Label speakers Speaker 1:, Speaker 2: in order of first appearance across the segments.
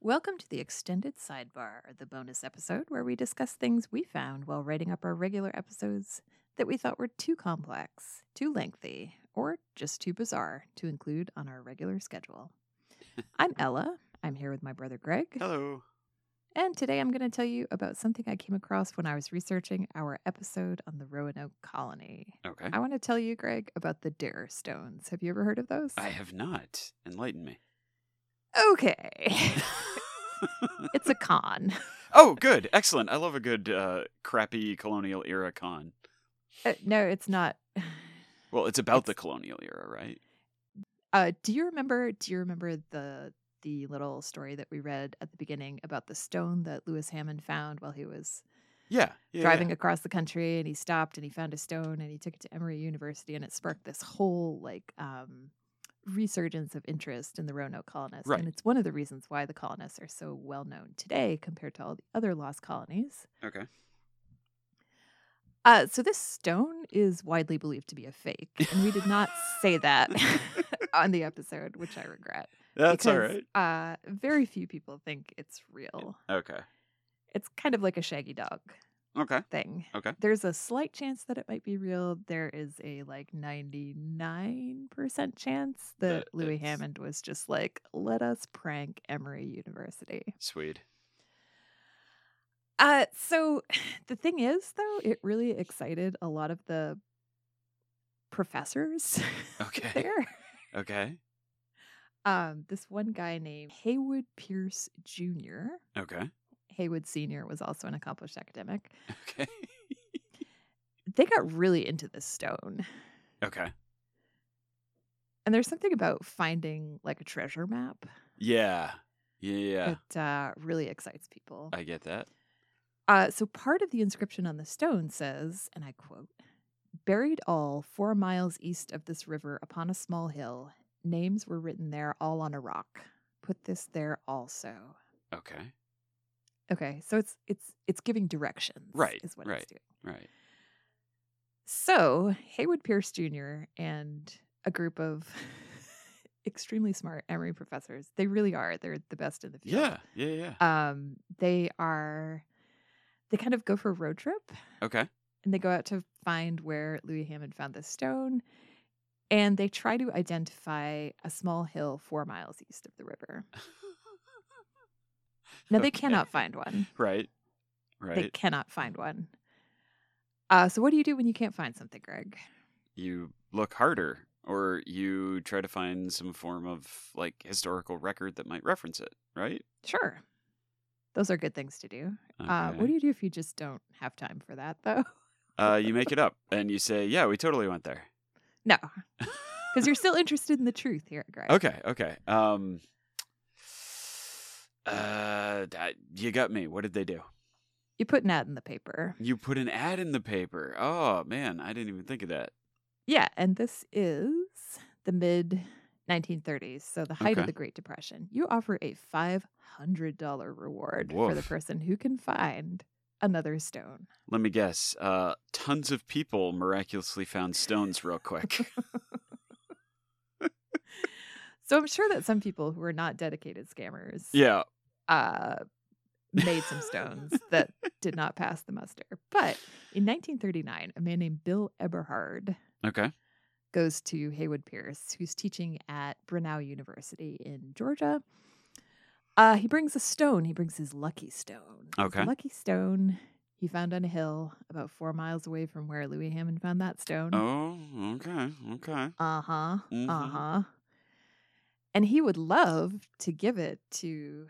Speaker 1: Welcome to the Extended Sidebar, the bonus episode where we discuss things we found while writing up our regular episodes that we thought were too complex, too lengthy, or just too bizarre to include on our regular schedule. I'm Ella. I'm here with my brother Greg.
Speaker 2: Hello.
Speaker 1: And today I'm going to tell you about something I came across when I was researching our episode on the Roanoke colony.
Speaker 2: Okay.
Speaker 1: I want to tell you, Greg, about the Dare Stones. Have you ever heard of those?
Speaker 2: I have not. Enlighten me.
Speaker 1: Okay. it's a con.
Speaker 2: oh, good. Excellent. I love a good uh, crappy colonial era con.
Speaker 1: Uh, no, it's not.
Speaker 2: Well, it's about the
Speaker 1: It's-
Speaker 2: colonial era, right?
Speaker 1: Uh, do you remember? Do you remember the the little story that we read at the beginning about the stone that Lewis Hammond found while he was
Speaker 2: Yeah. yeah, yeah.
Speaker 1: driving across the country, and he stopped and he found a stone and he took it to Emory University, and it sparked this whole like um, resurgence of interest in the Roanoke colonists,
Speaker 2: Right.
Speaker 1: and it's one of the reasons why the colonists are so well known today compared to all the other lost colonies.
Speaker 2: Okay.
Speaker 1: Uh, so this stone is widely believed to be a fake, and we did not say that on the episode, which I regret.
Speaker 2: That's all
Speaker 1: because,
Speaker 2: right.
Speaker 1: Uh, very few people think it's real.
Speaker 2: Okay.
Speaker 1: It's kind of like a shaggy dog
Speaker 2: Okay.
Speaker 1: thing.
Speaker 2: Okay.
Speaker 1: There's a slight chance that it might be real. There is a like 99% chance that
Speaker 2: That
Speaker 1: Louis
Speaker 2: it's-
Speaker 1: Hammond was just like, let us prank Emory University.
Speaker 2: Sweet.
Speaker 1: Uh, so the thing is, though, it really excited a lot of the professors
Speaker 2: Okay.
Speaker 1: there.
Speaker 2: Okay.
Speaker 1: Um, this one guy named Haywood Pierce Jr.
Speaker 2: Okay.
Speaker 1: Haywood Sr. was also an accomplished academic.
Speaker 2: Okay.
Speaker 1: They got really into this stone.
Speaker 2: Okay.
Speaker 1: And there's something about finding like a treasure map
Speaker 2: Yeah. Yeah. yeah.
Speaker 1: that uh, really excites people.
Speaker 2: I get that.
Speaker 1: Uh, so part of the inscription on the stone says, and I quote, buried all four miles east of this river upon a small hill. Names were written there all on a rock. Put this there also.
Speaker 2: Okay.
Speaker 1: Okay, so it's it's it's giving directions,
Speaker 2: Right,
Speaker 1: Is what
Speaker 2: right.
Speaker 1: it's doing.
Speaker 2: Right.
Speaker 1: So Haywood Pierce Jr. and a group of extremely smart Emory professors. They really are. They're the best in the field.
Speaker 2: Yeah. Yeah. Yeah.
Speaker 1: Um, they are. They kind of go for a road trip.
Speaker 2: Okay.
Speaker 1: and they go out to find where Louis Hammond found the stone. And they try to identify a small hill four miles east of the river. Now, they
Speaker 2: Okay.
Speaker 1: cannot find one.
Speaker 2: Right.
Speaker 1: They
Speaker 2: Right.
Speaker 1: cannot find one. Uh, so, what do you do when you can't find something, Greg?
Speaker 2: you look harder or you try to find some form of like historical record that might reference it, right?
Speaker 1: Sure. Those are good things to do. Uh, what do you do if you just don't have time for that, though?
Speaker 2: you-, uh, you make it up and you say, "Yeah, we totally went there."
Speaker 1: No, because you're still interested in the truth here, Greg.
Speaker 2: okay, okay. Um uh that- you got me. What did they do?
Speaker 1: You put an ad in the paper.
Speaker 2: You put an ad in the paper. Oh, man, I didn't even think of that.
Speaker 1: Yeah, and this is the mid 1930s, so the height
Speaker 2: Okay.
Speaker 1: of the Great Depression. You offer a $500 reward for the
Speaker 2: Woof.
Speaker 1: person who can find another stone.
Speaker 2: Let me guess. Uh tons of people miraculously found stones real quick.
Speaker 1: So I'm sure that some people who are not dedicated scammers
Speaker 2: yeah.
Speaker 1: uh, made some stones that did not pass the muster. But in 1939, a man named Bill Eberhard
Speaker 2: Okay.
Speaker 1: goes to Haywood Pierce, who's teaching at Brunel University in Georgia. Uh, he brings a stone. He brings his lucky stone. It's a
Speaker 2: Okay.
Speaker 1: lucky stone he found on a hill about four miles away from where Louis Hammond found that stone.
Speaker 2: Oh, okay. Okay.
Speaker 1: Uh huh.
Speaker 2: Mhm.
Speaker 1: Uh huh. And he would love to give it to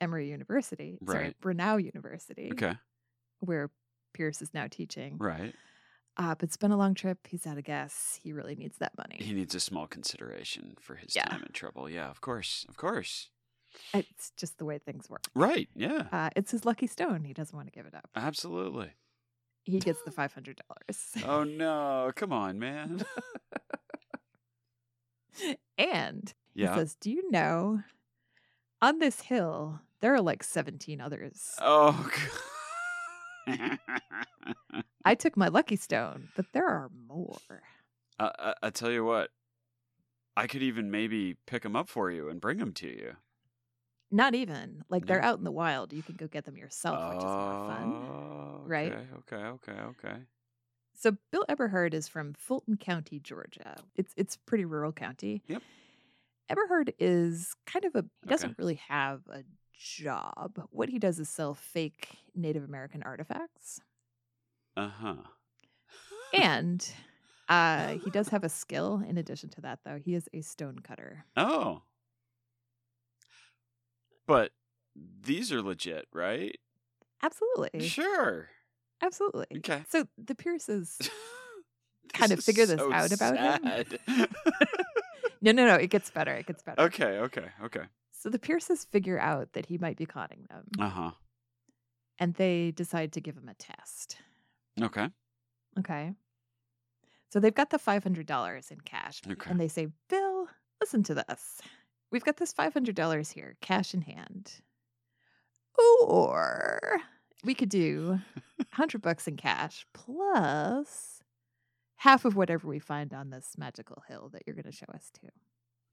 Speaker 1: Emory University, sorry,
Speaker 2: Right.
Speaker 1: Brunel University,
Speaker 2: Okay.
Speaker 1: where Pierce is now teaching.
Speaker 2: Right.
Speaker 1: Uh, but it's been a long trip. He's out of gas. He really needs that money.
Speaker 2: He needs a small consideration for his
Speaker 1: Yeah.
Speaker 2: time and trouble. Yeah, of course. Of course.
Speaker 1: It's just the way things work.
Speaker 2: Right. Yeah.
Speaker 1: Uh, it's his lucky stone. He doesn't want to give it up.
Speaker 2: Ah. Absolutely.
Speaker 1: He gets the five hundred dollars,
Speaker 2: Oh no. Come on, man.
Speaker 1: and he
Speaker 2: Yeah.
Speaker 1: says, "Do you know, on this hill there are like seventeen others.
Speaker 2: Oh god.
Speaker 1: I took my lucky stone, but there are more."
Speaker 2: I, I, I tell you what. I could even maybe pick him up for you and bring him to you.
Speaker 1: Not even. Like they're
Speaker 2: No?
Speaker 1: out in the wild. You can go get them yourself, Oh, which is more fun.
Speaker 2: Oh,
Speaker 1: right?
Speaker 2: Okay, okay, okay, okay.
Speaker 1: So Bill Eberhard is from Fulton County, Georgia. It's it's a pretty rural county.
Speaker 2: Yep.
Speaker 1: Eberhard is kind of a he doesn't
Speaker 2: Okay.
Speaker 1: really have a job. What he does is sell fake Native American artifacts.
Speaker 2: Uh huh.
Speaker 1: And uh, he does have a skill in addition to that though. He is a stonecutter.
Speaker 2: Oh. But these are legit, right?
Speaker 1: Absolutely.
Speaker 2: Sure.
Speaker 1: Absolutely.
Speaker 2: Okay.
Speaker 1: So the Pierces
Speaker 2: This
Speaker 1: of
Speaker 2: is
Speaker 1: figure this
Speaker 2: so
Speaker 1: out about him.
Speaker 2: sad.
Speaker 1: No, no, no, it gets better. It gets better.
Speaker 2: okay, okay, okay.
Speaker 1: So the Pierces figure out that he might be conning them.
Speaker 2: Uh huh.
Speaker 1: and they decide to give him a test.
Speaker 2: Okay.
Speaker 1: Okay. So they've got the $500 in cash.
Speaker 2: Okay.
Speaker 1: And they say, Bill, listen to this. We've got this $500 here, cash in hand. Or we could do 100 bucks in cash plus half of whatever we find on this magical hill that you're going to show us to.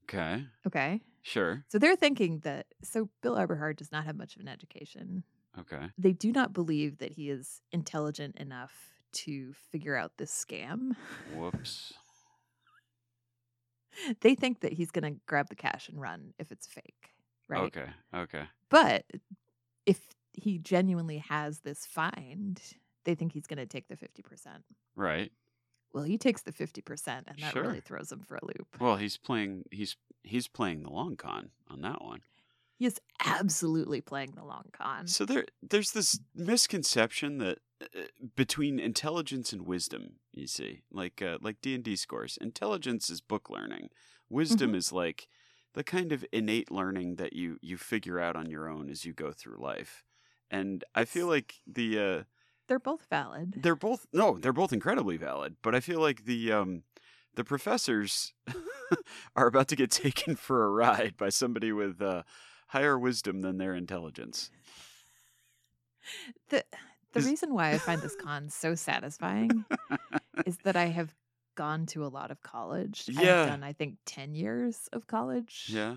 Speaker 2: Okay.
Speaker 1: Okay.
Speaker 2: Sure.
Speaker 1: So they're thinking that, so Bill Eberhard does not have much of an education
Speaker 2: Okay.
Speaker 1: they do not believe that he is intelligent enough to figure out this scam.
Speaker 2: Whoops.
Speaker 1: They think that he's going to grab the cash and run if it's fake, right?
Speaker 2: Okay. Okay.
Speaker 1: But if he genuinely has this find, they think he's going to take the 50%.
Speaker 2: Right.
Speaker 1: Well, he takes the 50% and that really
Speaker 2: Sure.
Speaker 1: throws him for a loop.
Speaker 2: Well, he's playing. He's he's playing the long con on that one.
Speaker 1: he is absolutely playing the long con.
Speaker 2: So there, there's this misconception that uh, between intelligence and wisdom, you see, like uh, like D and D scores, intelligence is book learning, wisdom is like the kind of innate learning that you you figure out on your own as you go through life. And I feel like the uh,
Speaker 1: They're both valid.
Speaker 2: they're both no, they're both incredibly valid, but I feel like the um, the professors are about to get taken for a ride by somebody with uh, higher wisdom than their intelligence.
Speaker 1: The the
Speaker 2: Is-
Speaker 1: reason why I find this con so satisfying is that I have gone to a lot of college.
Speaker 2: Yeah.
Speaker 1: I've done I think 10 years of college.
Speaker 2: Yeah.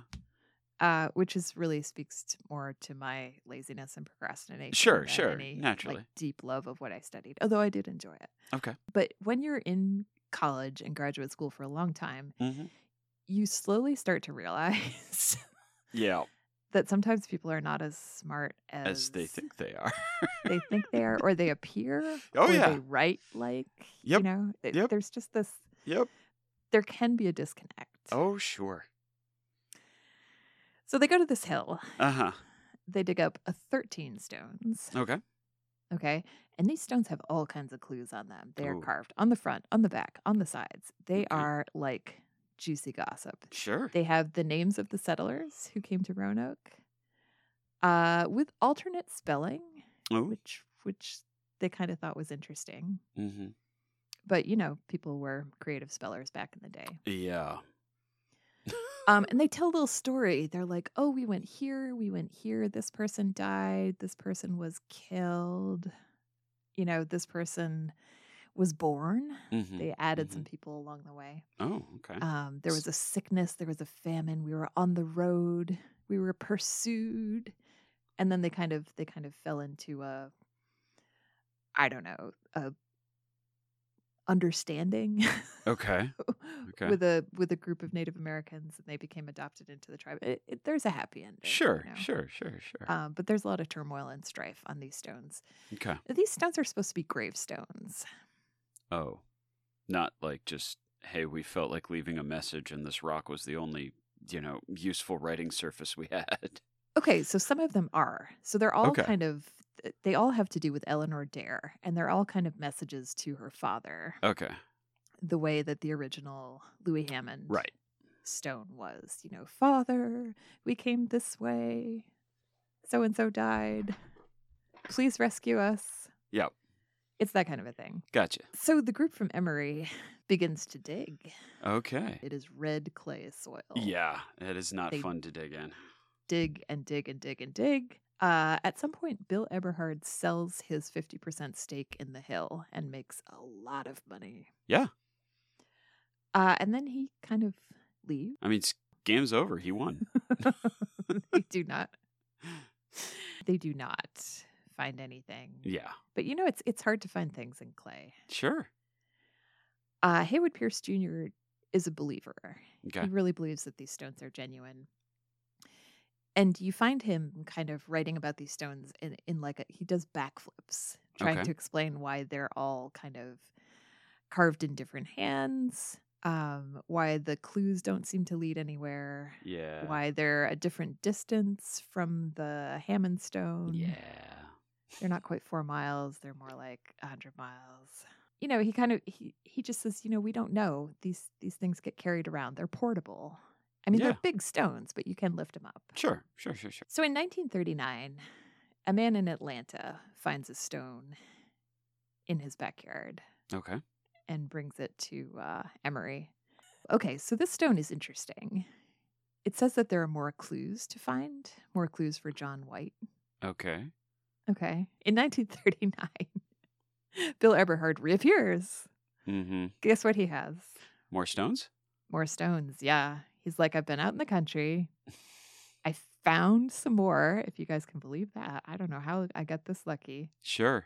Speaker 1: Uh, which is really speaks to, more to my laziness and procrastination.
Speaker 2: Sure,
Speaker 1: than
Speaker 2: sure,
Speaker 1: any, like,
Speaker 2: naturally.
Speaker 1: deep love of what I studied. Although I did enjoy it.
Speaker 2: Okay.
Speaker 1: But when you're in college and graduate school for a long time,
Speaker 2: Mm-hmm.
Speaker 1: you slowly start to realize
Speaker 2: Yeah,
Speaker 1: that sometimes people are not as smart as,
Speaker 2: as they think they are.
Speaker 1: they think they are, or they appear,
Speaker 2: Oh,
Speaker 1: or
Speaker 2: yeah.
Speaker 1: they write like,
Speaker 2: Yep.
Speaker 1: you know, th-
Speaker 2: Yep.
Speaker 1: there's just this,
Speaker 2: Yep.
Speaker 1: there can be a disconnect.
Speaker 2: Oh, sure.
Speaker 1: So they go to this hill,
Speaker 2: Uh huh.
Speaker 1: they dig up a 13 stones,
Speaker 2: Okay.
Speaker 1: okay? And these stones have all kinds of clues on them. They are
Speaker 2: Ooh.
Speaker 1: carved on the front, on the back, on the sides. They
Speaker 2: Okay.
Speaker 1: are like juicy gossip.
Speaker 2: Sure.
Speaker 1: They have the names of the settlers who came to Roanoke uh, with alternate spelling,
Speaker 2: Oh.
Speaker 1: which, which they kind of thought was interesting.
Speaker 2: Mm-hmm.
Speaker 1: but you know people were creative spellers back in the day
Speaker 2: Yeah.
Speaker 1: um, and they tell a little story they're like oh we went here we went here this person died this person was killed you know this person was born
Speaker 2: Mm-hmm.
Speaker 1: they added
Speaker 2: mhm.
Speaker 1: some people along the way
Speaker 2: Oh, okay.
Speaker 1: um, there was a sickness there was a famine we were on the road we were pursued and then they kind of they kind of fell into a i don't know a understanding
Speaker 2: okay. Okay.
Speaker 1: with a with a group of Native Americans, and they became adopted into the tribe. It, it, there's a happy ending, you
Speaker 2: Sure.
Speaker 1: know.
Speaker 2: Sure. Sure. Sure.
Speaker 1: Um, but there's a lot of turmoil and strife on these stones.
Speaker 2: okay.
Speaker 1: These stones are supposed to be gravestones.
Speaker 2: Oh, not like just hey, we felt like leaving a message, and this rock was the only you know useful writing surface we had.
Speaker 1: Okay, so some of them are. So they're all
Speaker 2: Okay.
Speaker 1: kind of they all have to do with Eleanor Dare, and they're all kind of messages to her father,
Speaker 2: Okay.
Speaker 1: the way that the original Louis Hammond
Speaker 2: Right.
Speaker 1: stone was. You know, Father, we came this way. So and so died. Please rescue us.
Speaker 2: Yep.
Speaker 1: It's that kind of a thing.
Speaker 2: Gotcha.
Speaker 1: So the group from Emory begins to dig.
Speaker 2: Okay.
Speaker 1: It is red clay soil.
Speaker 2: Yeah, it is not
Speaker 1: They-
Speaker 2: fun to dig in.
Speaker 1: Dig and dig and dig and dig. Uh, at some point, Bill Eberhard sells his 50% stake in the hill and makes a lot of money.
Speaker 2: Yeah.
Speaker 1: Uh, and then he kind of leaves.
Speaker 2: I mean, game's over. He won.
Speaker 1: they do not They do not find anything.
Speaker 2: yeah,
Speaker 1: But you know, it's it's hard to find things in clay.
Speaker 2: sure.
Speaker 1: Uh, Haywood Pierce Jr. is a believer.
Speaker 2: Okay.
Speaker 1: He really believes that these stones are genuine. And you find him kind of writing about these stones in, in like a, he does backflips, trying
Speaker 2: Okay.
Speaker 1: to explain why they're all kind of carved in different hands, um, why the clues don't seem to lead anywhere,
Speaker 2: Yeah.
Speaker 1: why they're a different distance from the Hammond stone.
Speaker 2: Yeah.
Speaker 1: They're not quite four miles. They're more like a hundred miles. You know, he kind of he he just says, you know, we don't know. These these things get carried around. They're portable. I mean,
Speaker 2: Yeah.
Speaker 1: they're big stones, but you can lift them up.
Speaker 2: Sure. Sure. Sure. Sure.
Speaker 1: So in 1939, a man in Atlanta finds a stone in his backyard
Speaker 2: Okay.
Speaker 1: and brings it to uh, Emery. Okay, so this stone is interesting. It says that there are more clues to find, more clues for John White.
Speaker 2: Okay.
Speaker 1: Okay. In 1939, Bill Eberhard reappears.
Speaker 2: Mm-hmm.
Speaker 1: Guess what he has?
Speaker 2: More stones.
Speaker 1: More stones. Yeah. He's like, I've been out in the country. I found some more, if you guys can believe that. I don't know how I got this lucky.
Speaker 2: Sure.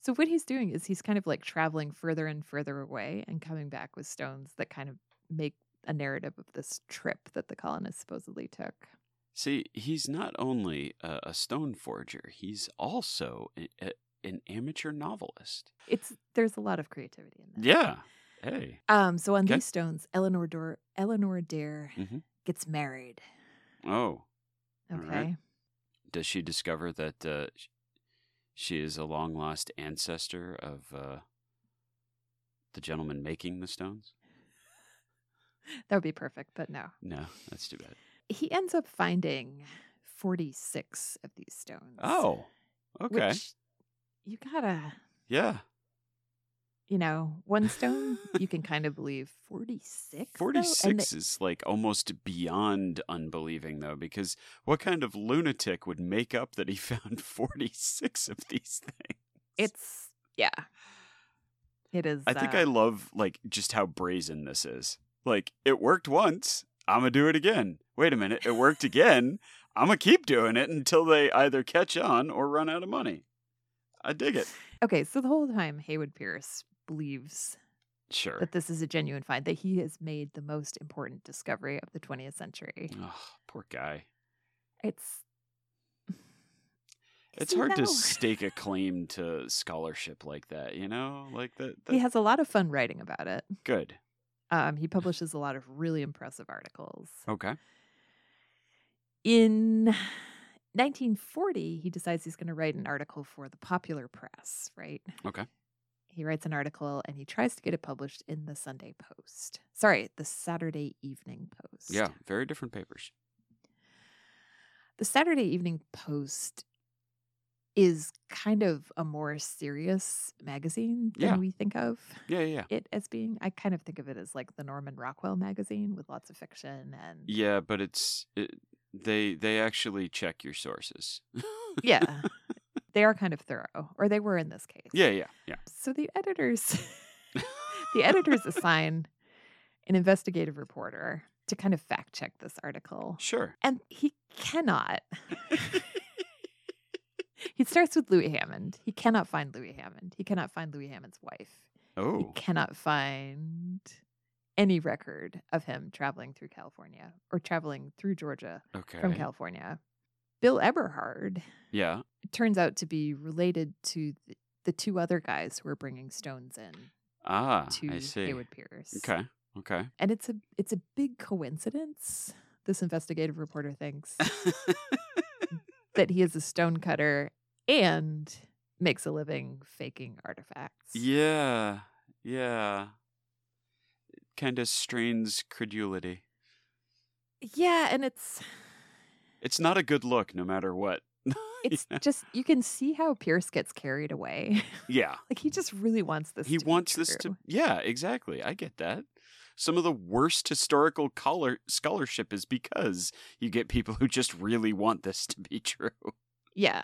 Speaker 1: So, what he's doing is he's kind of like traveling further and further away and coming back with stones that kind of make a narrative of this trip that the colonists supposedly took.
Speaker 2: See, he's not only a, a stone forger; he's also a, a, an amateur novelist.
Speaker 1: It's there's a lot of creativity in that.
Speaker 2: Yeah. Hey.
Speaker 1: Um, so on
Speaker 2: Okay.
Speaker 1: these stones, Eleanor Dor- Eleanor Dare
Speaker 2: Mhm.
Speaker 1: gets married.
Speaker 2: Oh. All
Speaker 1: Okay.
Speaker 2: right. Does she discover that uh, sh- she is a long lost ancestor of uh, the gentleman making the stones?
Speaker 1: That would be perfect, but no.
Speaker 2: No, that's too bad.
Speaker 1: He ends up finding 46 of these stones.
Speaker 2: Oh. Okay.
Speaker 1: Which you gotta,
Speaker 2: yeah.
Speaker 1: you know, one stone you can kind of believe 46. though?
Speaker 2: Forty
Speaker 1: And
Speaker 2: six is like almost beyond unbelieving though, because what kind of lunatic would make up that he found forty six of these things?
Speaker 1: the- it's, yeah. It is.
Speaker 2: I think I
Speaker 1: uh,
Speaker 2: love like just how brazen this is. Like it worked once, I'm gonna do it again. Wait a minute, it worked again. I'm gonna keep doing it until they either catch on or run out of money. I dig it.
Speaker 1: Okay, so the whole time Haywood Pierce believes
Speaker 2: Sure.
Speaker 1: that this is a genuine find, that he has made the most important discovery of the 20th century.
Speaker 2: Ugh, poor guy.
Speaker 1: It's.
Speaker 2: It's
Speaker 1: See,
Speaker 2: hard to
Speaker 1: though,
Speaker 2: stake a claim to scholarship like that, you know? Like that, that
Speaker 1: He has a lot of fun writing about it.
Speaker 2: good.
Speaker 1: Um, he publishes a lot of really impressive articles.
Speaker 2: Okay.
Speaker 1: In 1940, he decides he's going to write an article for the popular press, right?
Speaker 2: Okay.
Speaker 1: He writes an article and he tries to get it published in the Sunday Post. Sorry, the Saturday Evening Post.
Speaker 2: Yeah, very different papers.
Speaker 1: The Saturday Evening Post is kind of a more serious magazine than
Speaker 2: Yeah.
Speaker 1: we think of
Speaker 2: Yeah, yeah, yeah.
Speaker 1: it as being. I kind of think of it as like the Norman Rockwell magazine with lots of fiction and
Speaker 2: Yeah, but it's it, they they actually check your sources.
Speaker 1: yeah they are kind of thorough or they were in this case
Speaker 2: Yeah, yeah, yeah.
Speaker 1: so the editors the editors assign an investigative reporter to kind of fact check this article
Speaker 2: Sure.
Speaker 1: and he cannot he starts with louis hammond he cannot find louis hammond he cannot find louis hammond's wife
Speaker 2: Oh.
Speaker 1: he cannot find any record of him traveling through california or traveling through georgia
Speaker 2: Okay.
Speaker 1: from california bill eberhard
Speaker 2: Yeah.
Speaker 1: turns out to be related to the, the two other guys who are bringing stones in
Speaker 2: Ah,
Speaker 1: to
Speaker 2: I see.
Speaker 1: Haywood Pierce.
Speaker 2: Okay. Okay.
Speaker 1: And it's a it's a big coincidence. This investigative reporter thinks that he is a stone cutter and makes a living faking artifacts.
Speaker 2: yeah. Yeah. Kind of strains credulity.
Speaker 1: Yeah, and it's
Speaker 2: It's not a good look, no matter what.
Speaker 1: it's
Speaker 2: Yeah.
Speaker 1: just you can see how Pierce gets carried away.
Speaker 2: yeah.
Speaker 1: like he just really wants this.
Speaker 2: He
Speaker 1: to be
Speaker 2: wants this
Speaker 1: true.
Speaker 2: to. Yeah, exactly. I get that. Some of the worst historical color, scholarship is because you get people who just really want this to be true. Uh,
Speaker 1: Yeah.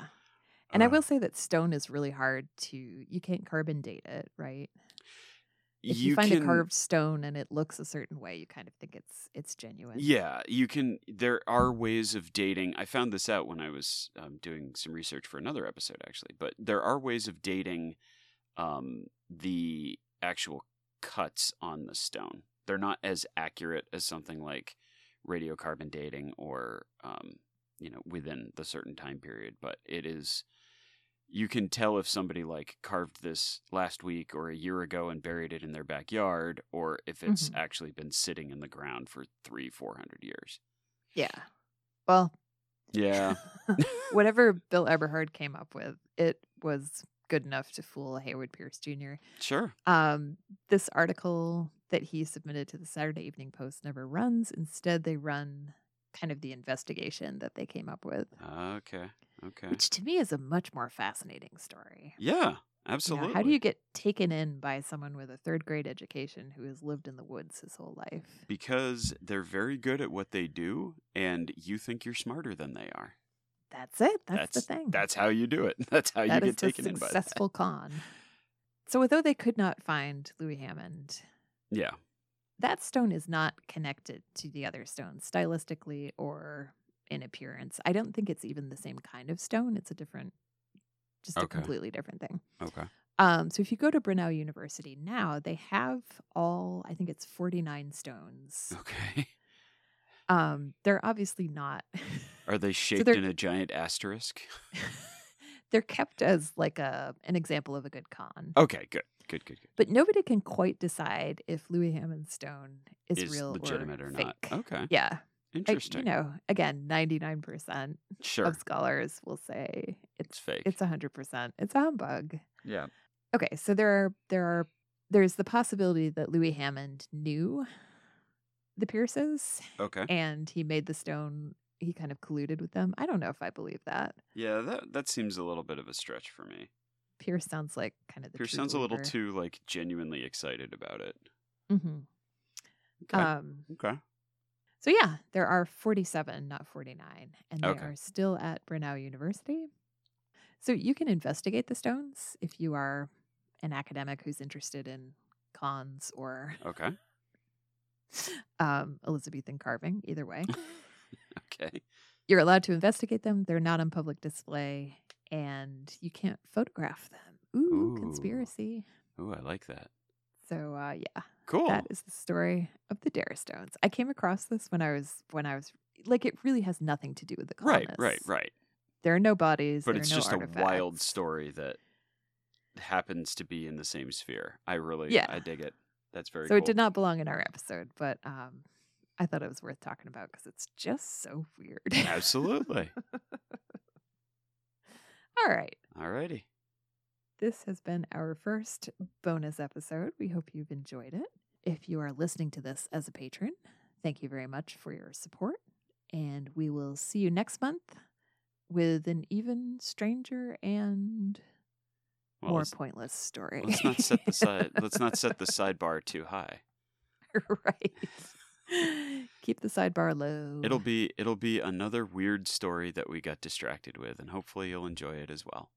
Speaker 1: And I
Speaker 2: Ugh.
Speaker 1: will say that stone is really hard to you can't carbon date it, right? if you, find a carved stone and it looks a certain way, you kind of think it's it's genuine.
Speaker 2: Yeah, you can. There are ways of dating. I found this out when I was um, doing some research for another episode, actually. But there are ways of dating um, the actual cuts on the stone. They're not as accurate as something like radiocarbon dating or um, you know within the certain time period, but it is you can tell if somebody like carved this last week or a year ago and buried it in their backyard or if it's
Speaker 1: Mhm.
Speaker 2: actually been sitting in the ground for three four hundred years
Speaker 1: Yeah. Well,
Speaker 2: yeah
Speaker 1: whatever Bill Eberhard came up with, it was good enough to fool Hayward Pierce Jr.
Speaker 2: sure
Speaker 1: Um, this article that he submitted to the Saturday Evening Post never runs. Instead, they run kind of the investigation that they came up with,
Speaker 2: okay okay
Speaker 1: which to me is a much more fascinating story.
Speaker 2: yeah
Speaker 1: You know,
Speaker 2: absolutely
Speaker 1: how do you get taken in by someone with a third grade education who has lived in the woods his whole life?
Speaker 2: because they're very good at what they do and you think you're smarter than they are
Speaker 1: That's it. That's, the thing.
Speaker 2: that's how you do it that's how
Speaker 1: That
Speaker 2: you
Speaker 1: is
Speaker 2: get taken
Speaker 1: the
Speaker 2: in by that.
Speaker 1: successful con. So, although they could not find Louis Hammond,
Speaker 2: yeah
Speaker 1: that stone is not connected to the other stones stylistically or in appearance. I don't think it's even the same kind of stone. It's a different, just a
Speaker 2: Okay.
Speaker 1: completely different thing.
Speaker 2: okay
Speaker 1: Um, so if you go to Brunel University now, they have all, I think it's 49 stones.
Speaker 2: okay
Speaker 1: Um, they're obviously not.
Speaker 2: are they shaped
Speaker 1: they're-
Speaker 2: in a giant asterisk
Speaker 1: they're kept as like a an example of a good con.
Speaker 2: okay good good good good
Speaker 1: But nobody can quite decide if Louis Hammond's stone is,
Speaker 2: is
Speaker 1: real
Speaker 2: legitimate or, not
Speaker 1: fake.
Speaker 2: okay
Speaker 1: Yeah. I-
Speaker 2: interesting
Speaker 1: you know, again, 99%
Speaker 2: Sure.
Speaker 1: of scholars will say it's
Speaker 2: It's fake.
Speaker 1: it's 100%. It's a humbug.
Speaker 2: yeah.
Speaker 1: Okay, so there are there are there's the possibility that Louis Hammond knew the Pierces
Speaker 2: Okay.
Speaker 1: and he made the stone he kind of colluded with them. I don't know if I believe that.
Speaker 2: Yeah, that that seems a little bit of a stretch for me.
Speaker 1: Pierce sounds like kind of the
Speaker 2: Pierce
Speaker 1: true
Speaker 2: sounds a little
Speaker 1: believer.
Speaker 2: too like genuinely excited about it.
Speaker 1: Mhm.
Speaker 2: Okay.
Speaker 1: Um
Speaker 2: okay.
Speaker 1: so yeah, there are 47, not 49, and they
Speaker 2: Okay.
Speaker 1: are still at Brunel University. So you can investigate the stones if you are an academic who's interested in cons or
Speaker 2: Okay.
Speaker 1: um, Elizabethan carving, either way.
Speaker 2: Okay.
Speaker 1: You're allowed to investigate them. They're not on public display and you can't photograph them. Ooh,
Speaker 2: Ooh.
Speaker 1: conspiracy.
Speaker 2: Ooh, I like that.
Speaker 1: So uh, yeah,
Speaker 2: Cool.
Speaker 1: that is the story of the Dare Stones. I came across this when I was when I was like it really has nothing to do with the
Speaker 2: right,
Speaker 1: colonists.
Speaker 2: right, right.
Speaker 1: There are no bodies,
Speaker 2: But
Speaker 1: there
Speaker 2: it's
Speaker 1: are no
Speaker 2: just a wild
Speaker 1: artifacts.
Speaker 2: story that happens to be in the same sphere. I really
Speaker 1: Yeah.
Speaker 2: I dig it. That's very
Speaker 1: So
Speaker 2: cool.
Speaker 1: it did not belong in our episode, but um, I thought it was worth talking about because it's just so weird.
Speaker 2: Absolutely.
Speaker 1: All right.
Speaker 2: Alrighty.
Speaker 1: This has been our first bonus episode. We hope you've enjoyed it. If you are listening to this as a patron, thank you very much for your support. And we will see you next month with an even stranger and
Speaker 2: Well,
Speaker 1: more
Speaker 2: let's,
Speaker 1: pointless story.
Speaker 2: let's not set the side let's not set the sidebar too high.
Speaker 1: right. Keep the sidebar low.
Speaker 2: It'll be it'll be another weird story that we got distracted with and hopefully you'll enjoy it as well.